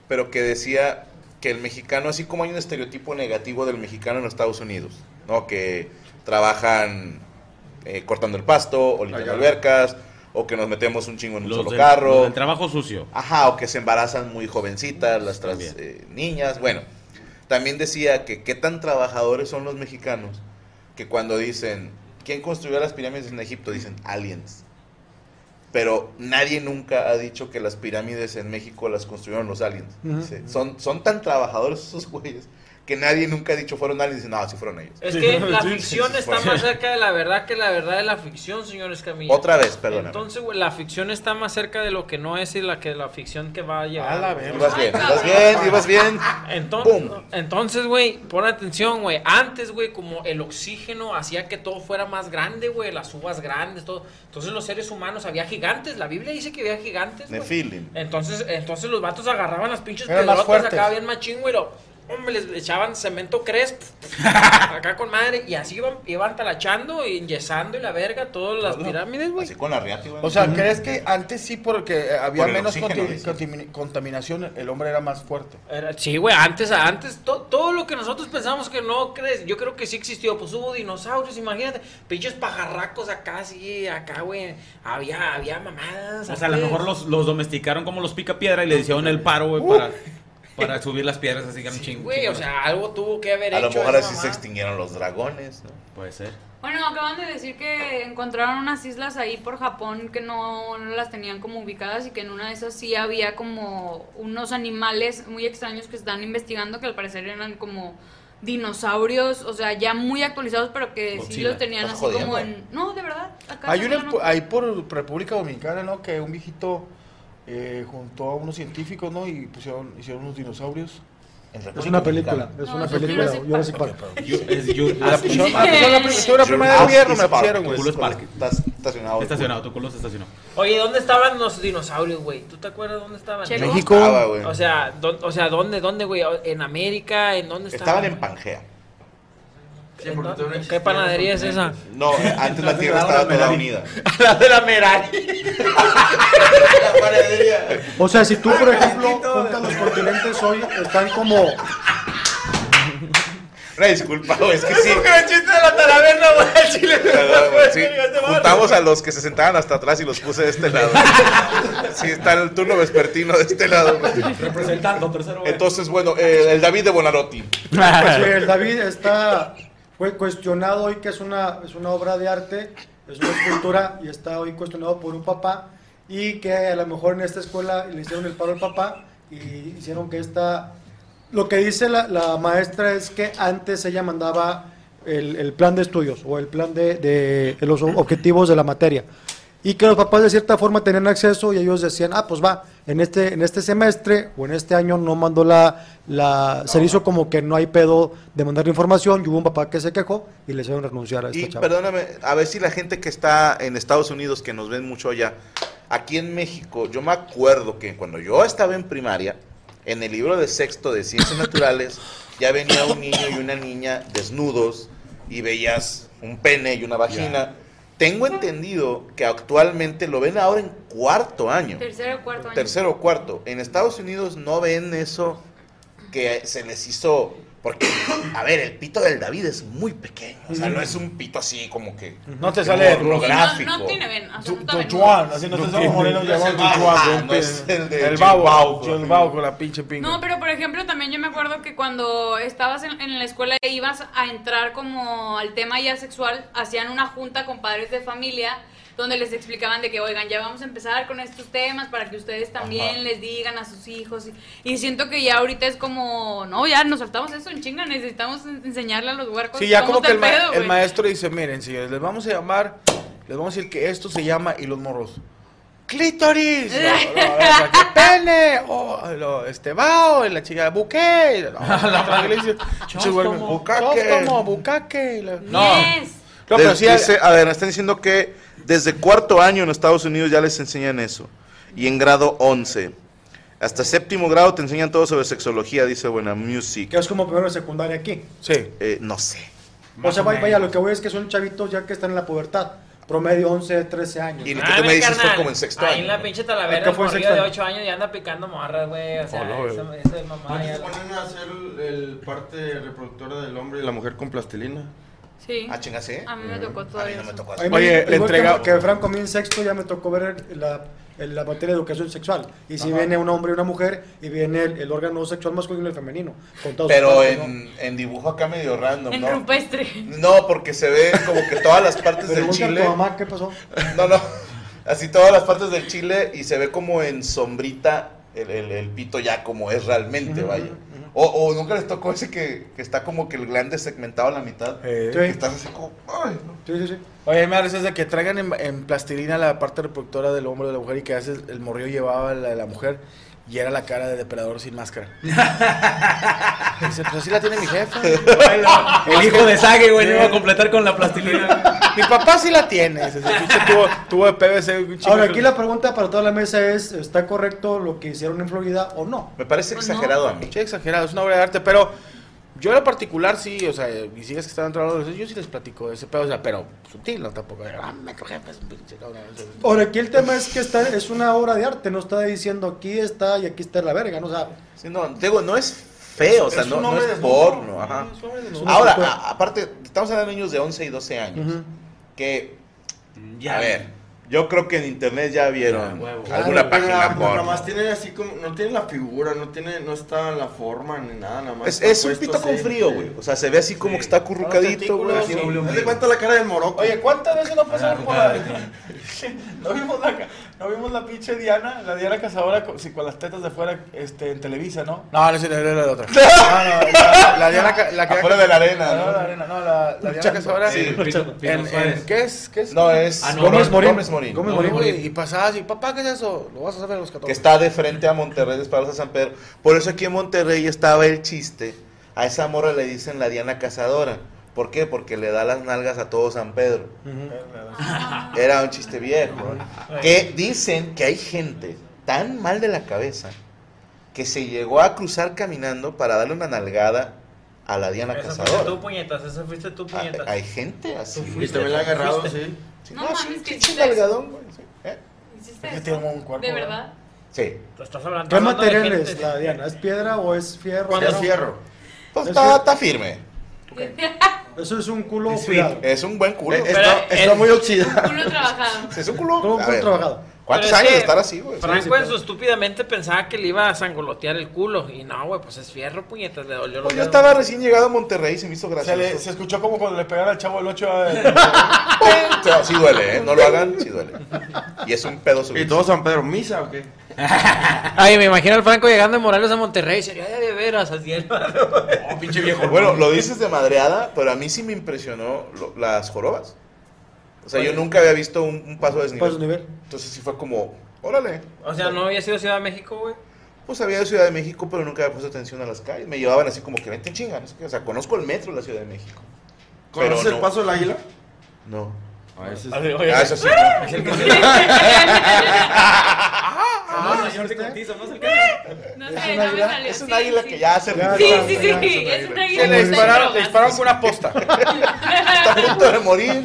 Speaker 4: pero que decía que el mexicano, así como hay un estereotipo negativo del mexicano en los Estados Unidos, ¿no? Que trabajan eh, cortando el pasto, o limpiando
Speaker 11: Allá.
Speaker 4: albercas, o que nos metemos un chingo en un
Speaker 3: Los
Speaker 4: solo
Speaker 3: del-
Speaker 4: carro.
Speaker 3: los del trabajo sucio.
Speaker 4: Ajá, o que se embarazan muy jovencitas, las trans- eh, niñas. Bueno, también decía que qué tan trabajadores son los mexicanos que cuando dicen, ¿quién construyó las pirámides en Egipto? Dicen, aliens. Pero nadie nunca ha dicho que las pirámides en México las construyeron los aliens.
Speaker 11: Ujú.
Speaker 4: Dice, son, son tan trabajadores esos güeyes que nadie nunca ha dicho fueron aliens. Dicen, no, sí fueron ellos.
Speaker 10: Es que la
Speaker 4: Sí, sí,
Speaker 10: ficción
Speaker 4: sí,
Speaker 10: está
Speaker 4: fueron.
Speaker 10: más cerca de la verdad que la verdad de la ficción, señores Camilla.
Speaker 4: Otra vez, perdóname.
Speaker 10: Entonces, güey, la ficción está más cerca de lo que no es y la que la ficción que va a llegar.
Speaker 4: A la
Speaker 10: güey.
Speaker 4: verga. Ibas bien, ibas bien, ibas bien.
Speaker 10: Entonces,
Speaker 4: Pum.
Speaker 10: entonces, güey, pon atención, güey. Antes, güey, como el oxígeno hacía que todo fuera más grande, güey, las uvas grandes, todo. Entonces, los seres humanos había gigantes. La Biblia dice que había gigantes. güey.
Speaker 4: Nefilim.
Speaker 10: Entonces, entonces los vatos agarraban las pinches
Speaker 4: Eran más
Speaker 10: pedrotas acá
Speaker 4: fuertes.
Speaker 10: bien machín, güey. lo- Hombre, les echaban cemento crespo acá con madre y así iban, iban talachando y enyesando y la verga todas las pirámides, güey.
Speaker 4: Así con la riata, güey.
Speaker 8: O sea, ¿crees que antes sí porque eh, había
Speaker 10: Por el
Speaker 8: menos
Speaker 10: oxígeno,
Speaker 8: conti-
Speaker 10: dices.
Speaker 8: contamin- contaminación, el hombre era más fuerte?
Speaker 10: Era- sí, güey, antes, antes, to- todo lo que nosotros pensamos que no crees, yo creo que sí existió, pues hubo dinosaurios, imagínate, pinches pajarracos acá, sí, acá, güey, había, había mamadas.
Speaker 3: O sea, a lo
Speaker 10: antes.
Speaker 3: mejor los, los domesticaron como los pica piedra y le hicieron el paro, güey, para, para subir las piedras así que eran chingos.
Speaker 10: Güey, o sea, algo tuvo que haber
Speaker 4: A
Speaker 10: hecho.
Speaker 4: lo mejor
Speaker 10: esa
Speaker 4: así se
Speaker 10: mamada.
Speaker 4: extinguieron los dragones, ¿no?
Speaker 3: Puede ser.
Speaker 7: Bueno, acaban de decir que encontraron unas islas ahí por Japón que no, no las tenían como ubicadas y que en una de esas sí había como unos animales muy extraños que están investigando que al parecer eran como dinosaurios, o sea, ya muy actualizados, pero que sí
Speaker 8: Godzilla.
Speaker 7: los tenían así
Speaker 8: Estás
Speaker 7: como
Speaker 8: jodiendo. eh.
Speaker 7: en... No, de verdad. Acá
Speaker 8: Hay una,
Speaker 7: no-
Speaker 8: ahí por República Dominicana, ¿no? Que un viejito eh, juntó a unos científicos, ¿no? Y pusieron, hicieron unos dinosaurios.
Speaker 6: Es una película, es una película. Jurassic Park.
Speaker 8: La pusieron- ah, pusieron la pri- estuve la primera de
Speaker 4: gobierno
Speaker 8: gobierno, me la pusieron,
Speaker 3: Tu
Speaker 8: güey.
Speaker 3: culo es parque.
Speaker 4: Estás estacionado.
Speaker 3: Estacionado, tu culo se estacionó.
Speaker 10: Oye, ¿dónde estaban los dinosaurios, güey? ¿Tú te acuerdas dónde estaban?
Speaker 3: Checo. México. Estaba, güey.
Speaker 10: o, sea, ¿dó- o sea, ¿dónde, dónde, güey? ¿En América? ¿En dónde estaban?
Speaker 4: Estaban en Pangea.
Speaker 10: ¿En dónde? ¿Qué panadería es esa?
Speaker 4: No, eh, antes la tierra estaba toda unida.
Speaker 10: La de la Merari.
Speaker 6: O sea, si tú, por ejemplo, juntas los continentes hoy, están como.
Speaker 4: Una disculpa, güey, es que sí.
Speaker 10: chiste de la talaverna, güey, al chile.
Speaker 4: Perdón, güey, sí. Juntamos a los que se sentaban hasta atrás y los puse de este lado. Sí, está el turno vespertino de este lado.
Speaker 3: Representando, tercero.
Speaker 4: Entonces, bueno, eh, el David de Bonarotti.
Speaker 6: Pues, eh, el David está. Fue cuestionado hoy que es una, es una obra de arte, es una escultura, y está hoy cuestionado por un papá. Y que a lo mejor en esta escuela le hicieron el paro al papá y hicieron que esta. Lo que dice la, la maestra es que antes ella mandaba el, el plan de estudios o el plan de, de- de los objetivos de la materia. Y que los papás de cierta forma tenían acceso y ellos decían, ah, pues va, en este, en este semestre o en este año no mandó la, la se le hizo como que no hay pedo de mandar la información y hubo un papá que se quejó y le hicieron renunciar a esta
Speaker 4: Y
Speaker 6: chava.
Speaker 4: perdóname, a ver si la gente que está en Estados Unidos, que nos ven mucho allá, aquí en México, yo me acuerdo que cuando yo estaba en primaria, en el libro de sexto de Ciencias Naturales, ya venía un niño y una niña desnudos y veías un pene y una vagina. Tengo entendido que actualmente lo ven ahora en cuarto año,
Speaker 7: Tercero o cuarto año.
Speaker 4: tercero o cuarto. En Estados Unidos no ven eso que se les hizo... Porque, a ver, el pito del David es muy pequeño. O sea, no es un pito así como que...
Speaker 8: No te sale el
Speaker 4: pornográfico.
Speaker 7: No, no tiene ven, o sea, no está
Speaker 8: Tu
Speaker 7: venudo.
Speaker 8: Juan, así no te
Speaker 4: tiene-
Speaker 8: somos morenos,
Speaker 4: no es el
Speaker 8: llamamos tu
Speaker 4: Babo,
Speaker 8: Juan,
Speaker 4: no
Speaker 8: güey.
Speaker 4: es el de
Speaker 8: El
Speaker 4: Jim Babo,
Speaker 8: babo, yo el
Speaker 4: güey.
Speaker 8: babo con la pinche pinga.
Speaker 7: No, pero por ejemplo, también yo me acuerdo que cuando estabas en, en la escuela e ibas a entrar como al tema ya sexual, hacían una junta con padres de familia donde les explicaban de que, oigan, ya vamos a empezar con estos temas para que ustedes también
Speaker 12: Ajá.
Speaker 7: les digan a sus hijos. Y, y siento que ya ahorita es como, no, ya nos saltamos eso en chinga, necesitamos en- enseñarle a los huercos.
Speaker 8: Sí, ya
Speaker 7: cómo
Speaker 8: como que
Speaker 7: está
Speaker 8: el, ma-
Speaker 7: pedo,
Speaker 8: el
Speaker 7: güey.
Speaker 8: maestro dice, miren, señores, les vamos a llamar, les vamos a decir que esto se llama y los morros. ¡Clítoris! No, no, o sea, que ¡Pene! O lo, este bao, y la chica buque. No, ¿qué le dice?
Speaker 4: Chóstomo.
Speaker 8: Bucaque. Chóstomo, bucaque. La- No,
Speaker 4: De-
Speaker 8: pero sí,
Speaker 4: dice- a ver, me están diciendo que desde cuarto año en Estados Unidos ya les enseñan eso. Y en grado 11. Hasta séptimo grado te enseñan todo sobre sexología, dice Buena Music. Eh,
Speaker 6: Que es como primero de secundaria aquí.
Speaker 8: Sí.
Speaker 4: no sé.
Speaker 6: O sea, vaya, vaya, lo que voy es que son chavitos ya que están en la pubertad, promedio 11, 13 años.
Speaker 4: Y lo
Speaker 10: Ah,
Speaker 4: que tú me
Speaker 10: ve,
Speaker 4: dices fue
Speaker 10: carnal,
Speaker 4: como en sexto
Speaker 10: ahí
Speaker 4: año.
Speaker 10: en la pinche talavera,
Speaker 6: Acá
Speaker 10: el
Speaker 6: fue en
Speaker 10: morrillo de
Speaker 6: sexto año. Oh,
Speaker 10: 8 años ya anda picando morras, güey. O sea,
Speaker 11: Hola, güey.
Speaker 10: esa, esa es mamá.
Speaker 11: Antes
Speaker 10: ya-
Speaker 11: ponen a hacer el parte reproductora del hombre y la mujer con plastilina.
Speaker 7: Sí.
Speaker 4: Ah, chinga, ¿sí?
Speaker 7: A mí
Speaker 8: Mm,
Speaker 7: me tocó todo
Speaker 4: A mí
Speaker 7: eso.
Speaker 4: no me tocó
Speaker 6: A mí
Speaker 4: así.
Speaker 6: me- igual Que, que Franco, a mí en sexto ya me tocó ver la, el- la materia de educación sexual. Y si
Speaker 4: Ajá.
Speaker 6: viene un hombre y una mujer, y viene el, el órgano sexual masculino y femenino. con todas sus
Speaker 4: Pero
Speaker 6: partes, ¿no?
Speaker 4: en, en dibujo acá medio random,
Speaker 7: En
Speaker 4: ¿no?
Speaker 7: rupestre.
Speaker 4: No, porque se ve como que todas las partes del
Speaker 6: Pregunta a
Speaker 4: chile.
Speaker 6: tu mamá qué pasó.
Speaker 4: No, no. Así todas las partes del chile y se ve como en sombrita el, el- el pito ya como es realmente,
Speaker 6: Ujú,
Speaker 4: vaya. O, o nunca les tocó ese que, que está como que el glande segmentado a la mitad.
Speaker 6: Sí.
Speaker 4: Que estás así como... ay, no.
Speaker 6: Sí, sí, sí.
Speaker 8: Oye, me da risa de que traigan en, en plastilina la parte reproductora del hombre o de la mujer y que haces el morrillo llevaba la de la mujer y era la cara de depredador sin máscara. Dice, pues así la tiene mi jefa.
Speaker 9: El hijo de Sage, güey, no iba a completar con la plastilina.
Speaker 8: Mi papá sí la tiene. Dice, ese pinche tubo, tubo de PVC. un chingo
Speaker 6: Ahora,
Speaker 8: de-
Speaker 6: aquí la pregunta para toda la mesa es, ¿está correcto lo que hicieron en Florida o no?
Speaker 4: Me parece
Speaker 7: Pues
Speaker 4: exagerado a mí.
Speaker 8: Sí, exagerado, es una obra de arte, pero yo en lo particular sí, o sea, y sigues que están entrando los yo sí les platico de ese pedo, o sea, pero sutil, no tampoco. Ah, me coge, pues, un pinche cabrón, o sea,
Speaker 6: Ahora, aquí el tema es que está, es una obra de arte, no está diciendo aquí está y aquí está la verga, ¿no? O sea,
Speaker 4: Sí, no, digo, no es feo, o sea,
Speaker 8: Es
Speaker 4: no,
Speaker 8: un
Speaker 4: no
Speaker 8: hombre
Speaker 4: es
Speaker 8: desnudo,
Speaker 4: porno. Ajá.
Speaker 8: es un hombre desnudo.
Speaker 4: Ahora,
Speaker 6: hombre.
Speaker 4: a- aparte, estamos hablando de niños de 11 y 12 años. Que,
Speaker 9: Ya.
Speaker 4: a ver, yo creo que en internet ya vieron
Speaker 9: Ya, huevo.
Speaker 11: Ah,
Speaker 4: alguna página
Speaker 11: Nada,
Speaker 4: porno.
Speaker 11: más tiene así como, no tiene la figura, no tiene, no está la forma ni nada, nada más.
Speaker 4: Es,
Speaker 11: está
Speaker 4: es un
Speaker 11: puesto
Speaker 4: pito con
Speaker 11: así.
Speaker 4: frío, güey. O sea, se ve así como que está currucadito, güey.
Speaker 11: Los
Speaker 4: así.
Speaker 11: testículos, Dale cuenta la cara del moroco.
Speaker 8: Oye, ¿cuántas veces no pasamos por la...
Speaker 9: arrugada,
Speaker 8: no, vimos la... ca- no vimos la pinche Diana, la Diana Cazadora con, sí, con las tetas de fuera este, en Televisa, ¿no? No, no, no, la otra. No, no, la, la Diana... ca- La que- Ah,
Speaker 4: Afuera de la arena,
Speaker 8: No,
Speaker 4: ¿no?
Speaker 8: la arena, no, la, la Diana Cazadora.
Speaker 4: Sí,
Speaker 8: en-
Speaker 9: Pino- Pino
Speaker 8: en-
Speaker 9: Suárez.
Speaker 8: ¿Qué es? ¿Qué es?
Speaker 4: No, es
Speaker 9: Ah, no,
Speaker 4: Gómez
Speaker 9: Gómez
Speaker 4: Morín.
Speaker 6: Gómez
Speaker 8: No,
Speaker 6: Morín.
Speaker 8: güey, y pasabas y papá, ¿qué es eso? Lo vas a saber a los
Speaker 4: que
Speaker 8: 14.
Speaker 4: está de frente a Monterrey de Esparza San Pedro. Por eso aquí en Monterrey estaba el chiste. A esa morra le dicen la Diana Cazadora. ¿Por qué? Porque le da las nalgas a todo San Pedro. Era un chiste viejo. ¿eh? Que dicen que hay gente tan mal de la cabeza que se llegó a cruzar caminando para darle una nalgada a la Diana
Speaker 10: Esa fuiste
Speaker 4: Cazadora.
Speaker 10: tú, puñetas. Esa fuiste tú,
Speaker 4: Hay,
Speaker 10: puñetas.
Speaker 4: hay gente así.
Speaker 10: Tú
Speaker 11: Y
Speaker 10: fuiste,
Speaker 11: también la
Speaker 10: tú
Speaker 11: agarrado,
Speaker 10: fuiste.
Speaker 11: sí.
Speaker 4: Sí,
Speaker 7: No
Speaker 4: no, sí,
Speaker 7: mames,
Speaker 4: un
Speaker 7: que
Speaker 4: pinche
Speaker 7: hiciste eso.
Speaker 4: nalgadón, güey, sí, ¿eh?
Speaker 7: ¿Hiciste
Speaker 8: que
Speaker 7: eso?
Speaker 8: tengo un cuerpo,
Speaker 7: ¿De
Speaker 8: ¿verdad?
Speaker 7: verdad?
Speaker 4: Sí.
Speaker 10: Tú estás hablando
Speaker 6: ¿qué
Speaker 10: hablando de
Speaker 6: material es
Speaker 10: gente-
Speaker 6: la Diana? ¿Es piedra o es fierro?
Speaker 11: Cuando es fierro.
Speaker 4: Pues está, está firme.
Speaker 6: Eso es un culo
Speaker 9: Es
Speaker 6: cuidado.
Speaker 4: Es un buen culo.
Speaker 11: Eh,
Speaker 4: Es,
Speaker 11: está,
Speaker 10: Pero
Speaker 11: está
Speaker 10: el-
Speaker 11: muy oxidado.
Speaker 7: Culo trabajado.
Speaker 4: es un culo.
Speaker 6: Todo
Speaker 4: a
Speaker 6: fue
Speaker 4: ver,
Speaker 6: trabajado.
Speaker 4: ¿Cuántos
Speaker 10: Pero es
Speaker 4: años de
Speaker 10: que
Speaker 4: estar así, güey?
Speaker 10: Franco
Speaker 6: claro.
Speaker 10: en su estúpidamente pensaba que le iba a sangolotear el culo. Y no, güey, pues es fierro, puñetas. Le dolió los
Speaker 4: Pues yo
Speaker 10: dedos.
Speaker 4: estaba recién llegado a Monterrey y se me hizo
Speaker 8: Se, le-
Speaker 4: gracioso.
Speaker 8: se escuchó como cuando le pegaron al chavo el 8
Speaker 4: No, sí duele, ¿eh? No lo hagan, sí duele. Y es un pedo
Speaker 11: Y
Speaker 4: subido.
Speaker 11: todo San Pedro, misa o qué?
Speaker 10: Ay, me imagino al Franco llegando de Morelos a Monterrey. Sería de veras, así es.
Speaker 9: Oh, pinche viejo.
Speaker 4: Bueno, lo dices de madreada, pero a mí sí me impresionó lo- las jorobas. O sea, yo nunca había visto un, un paso de desnivel.
Speaker 6: Paso de nivel.
Speaker 4: Entonces sí fue como, órale.
Speaker 10: O sea, no había sido Ciudad de México, güey.
Speaker 4: Pues había de Ciudad de México, pero nunca había puesto atención a las calles. Me llevaban así como que vente en chinga, no sé qué. O sea, conozco el metro de la Ciudad de México. Pero
Speaker 11: ¿Conoces
Speaker 4: no.
Speaker 11: el paso del águila?
Speaker 4: No.
Speaker 11: A veces.
Speaker 7: Eh,
Speaker 4: Ah, eso sí. no.
Speaker 9: Ah, No, señor, te cotiza, no se alcanza.
Speaker 7: No
Speaker 6: Es
Speaker 7: sé,
Speaker 6: un
Speaker 7: no me
Speaker 6: águila-
Speaker 7: salió.
Speaker 4: Es un
Speaker 7: Sí,
Speaker 4: águila
Speaker 7: sí.
Speaker 4: que ya se
Speaker 6: Ya,
Speaker 7: Sí,
Speaker 4: retiró.
Speaker 7: sí, sí, es un águila.
Speaker 8: Se le
Speaker 7: que
Speaker 8: dispararon, le
Speaker 7: está en
Speaker 8: dispararon con una posta.
Speaker 4: Está a punto de morir.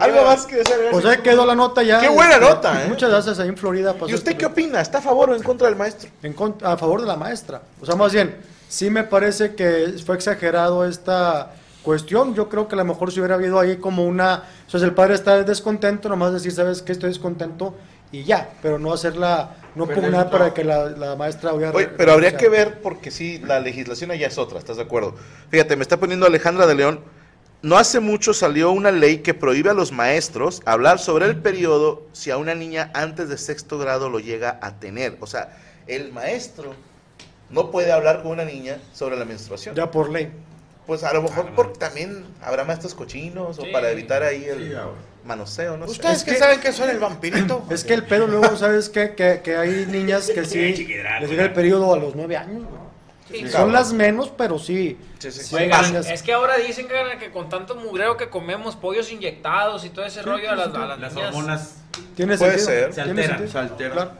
Speaker 4: Algo más que desear.
Speaker 11: ¿eh?
Speaker 6: O sea, quedó la nota ya.
Speaker 4: Qué buena
Speaker 6: Este,
Speaker 4: nota, ¿eh?
Speaker 6: Muchas gracias ahí en Florida.
Speaker 4: ¿Y
Speaker 6: pasó
Speaker 4: usted
Speaker 6: esto.
Speaker 4: qué opina? ¿Está a favor o en contra del maestro?
Speaker 6: En cont- a favor de la maestra. O sea, más bien, sí me parece que fue exagerado esta cuestión. Yo creo que a lo mejor si hubiera habido ahí como una... O sea, si el padre está descontento, nomás decir, ¿sabes qué? Estoy descontento y ya. Pero no hacerla... No
Speaker 11: Pero
Speaker 6: pugnar
Speaker 11: eso-
Speaker 6: para que la, la maestra hubiera...
Speaker 4: Oye, pero habría que ver porque sí, la legislación allá es otra, ¿estás de acuerdo? Fíjate, me está poniendo Alejandra de León. No hace mucho salió una ley que prohíbe a los maestros hablar sobre el periodo si a una niña antes de sexto grado lo llega a tener. O sea, el maestro no puede hablar con una niña sobre la menstruación.
Speaker 6: Ya por ley.
Speaker 4: Pues a lo mejor porque también habrá maestros cochinos o para evitar ahí el manoseo, ¿no? sé.
Speaker 8: ¿Ustedes que saben que son el vampirito?
Speaker 6: Es que el pedo luego, ¿sabes qué? Que, que hay niñas que sí les llega el periodo a los nueve años. güey.
Speaker 7: Sí.
Speaker 6: Son las menos, pero sí.
Speaker 4: Sí, sí.
Speaker 6: sí
Speaker 10: Oigan,
Speaker 6: niñas.
Speaker 10: es que ahora dicen carnal, que con tanto mugreo que comemos, pollos inyectados y todo ese rollo a las, a las
Speaker 9: Las
Speaker 10: niñas-
Speaker 9: hormonas.
Speaker 6: Tiene
Speaker 4: Puede
Speaker 6: sentido,
Speaker 4: ser.
Speaker 9: Se
Speaker 6: tiene
Speaker 9: alteran,
Speaker 6: sentido,
Speaker 11: se alteran.
Speaker 6: claro.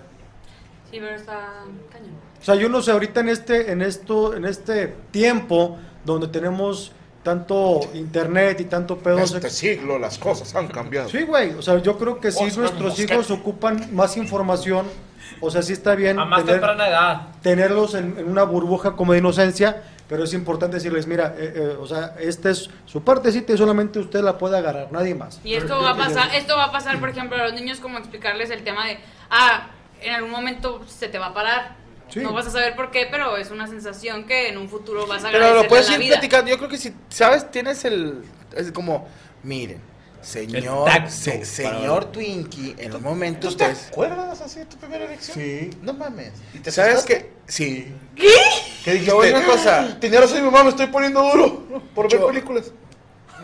Speaker 7: Sí, pero está cañón.
Speaker 6: O sea, yo no sé, ahorita en este, en esto, en este tiempo donde tenemos tanto internet y tanto pedo.
Speaker 4: este siglo las cosas han cambiado.
Speaker 6: Sí, güey. O sea, yo creo que sí
Speaker 8: Oscar
Speaker 6: nuestros
Speaker 8: Mosquete.
Speaker 6: hijos ocupan más información. O sea, sí está bien
Speaker 10: a más
Speaker 6: tener-
Speaker 10: temprana edad.
Speaker 6: tenerlos en, en una burbuja como de inocencia, Pero es importante decirles, mira, eh, eh, o sea, esta es su partecita y solamente usted la puede agarrar, nadie más.
Speaker 7: Y esto va a pasar, esto va a pasar, por ejemplo, a los niños como explicarles el tema de, ah, en algún momento se te va a parar.
Speaker 6: Sí.
Speaker 7: No vas a saber por qué, pero es una sensación que en un futuro vas a agradecer
Speaker 8: Pero lo puedes
Speaker 7: en la
Speaker 8: ir
Speaker 7: vida.
Speaker 8: platicando. Yo creo que si, ¿sabes? Tienes el. Es como, miren, señor.
Speaker 4: El tacto
Speaker 8: se-
Speaker 4: para-
Speaker 8: señor Twinkie, en un momento
Speaker 4: ¿Tú te
Speaker 8: ustedes.
Speaker 4: acuerdas así de tu primera elección?
Speaker 8: Sí.
Speaker 4: No mames. ¿Y te
Speaker 8: ¿Sabes
Speaker 4: asustaste?
Speaker 8: qué? Sí.
Speaker 4: ¿Qué?
Speaker 8: ¿Qué dijiste?
Speaker 4: Yo, una cosa. Tenía razón mi mamá, me estoy poniendo duro por ver
Speaker 8: Yo-
Speaker 4: películas.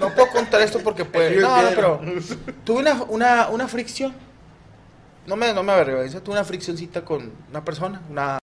Speaker 8: No puedo contar esto porque puede.
Speaker 4: Yo
Speaker 8: No, no,
Speaker 4: quiero.
Speaker 8: pero. Tuve una, una, una fricción. No me, no me avergüenza. Tuve una friccioncita con una persona. Una.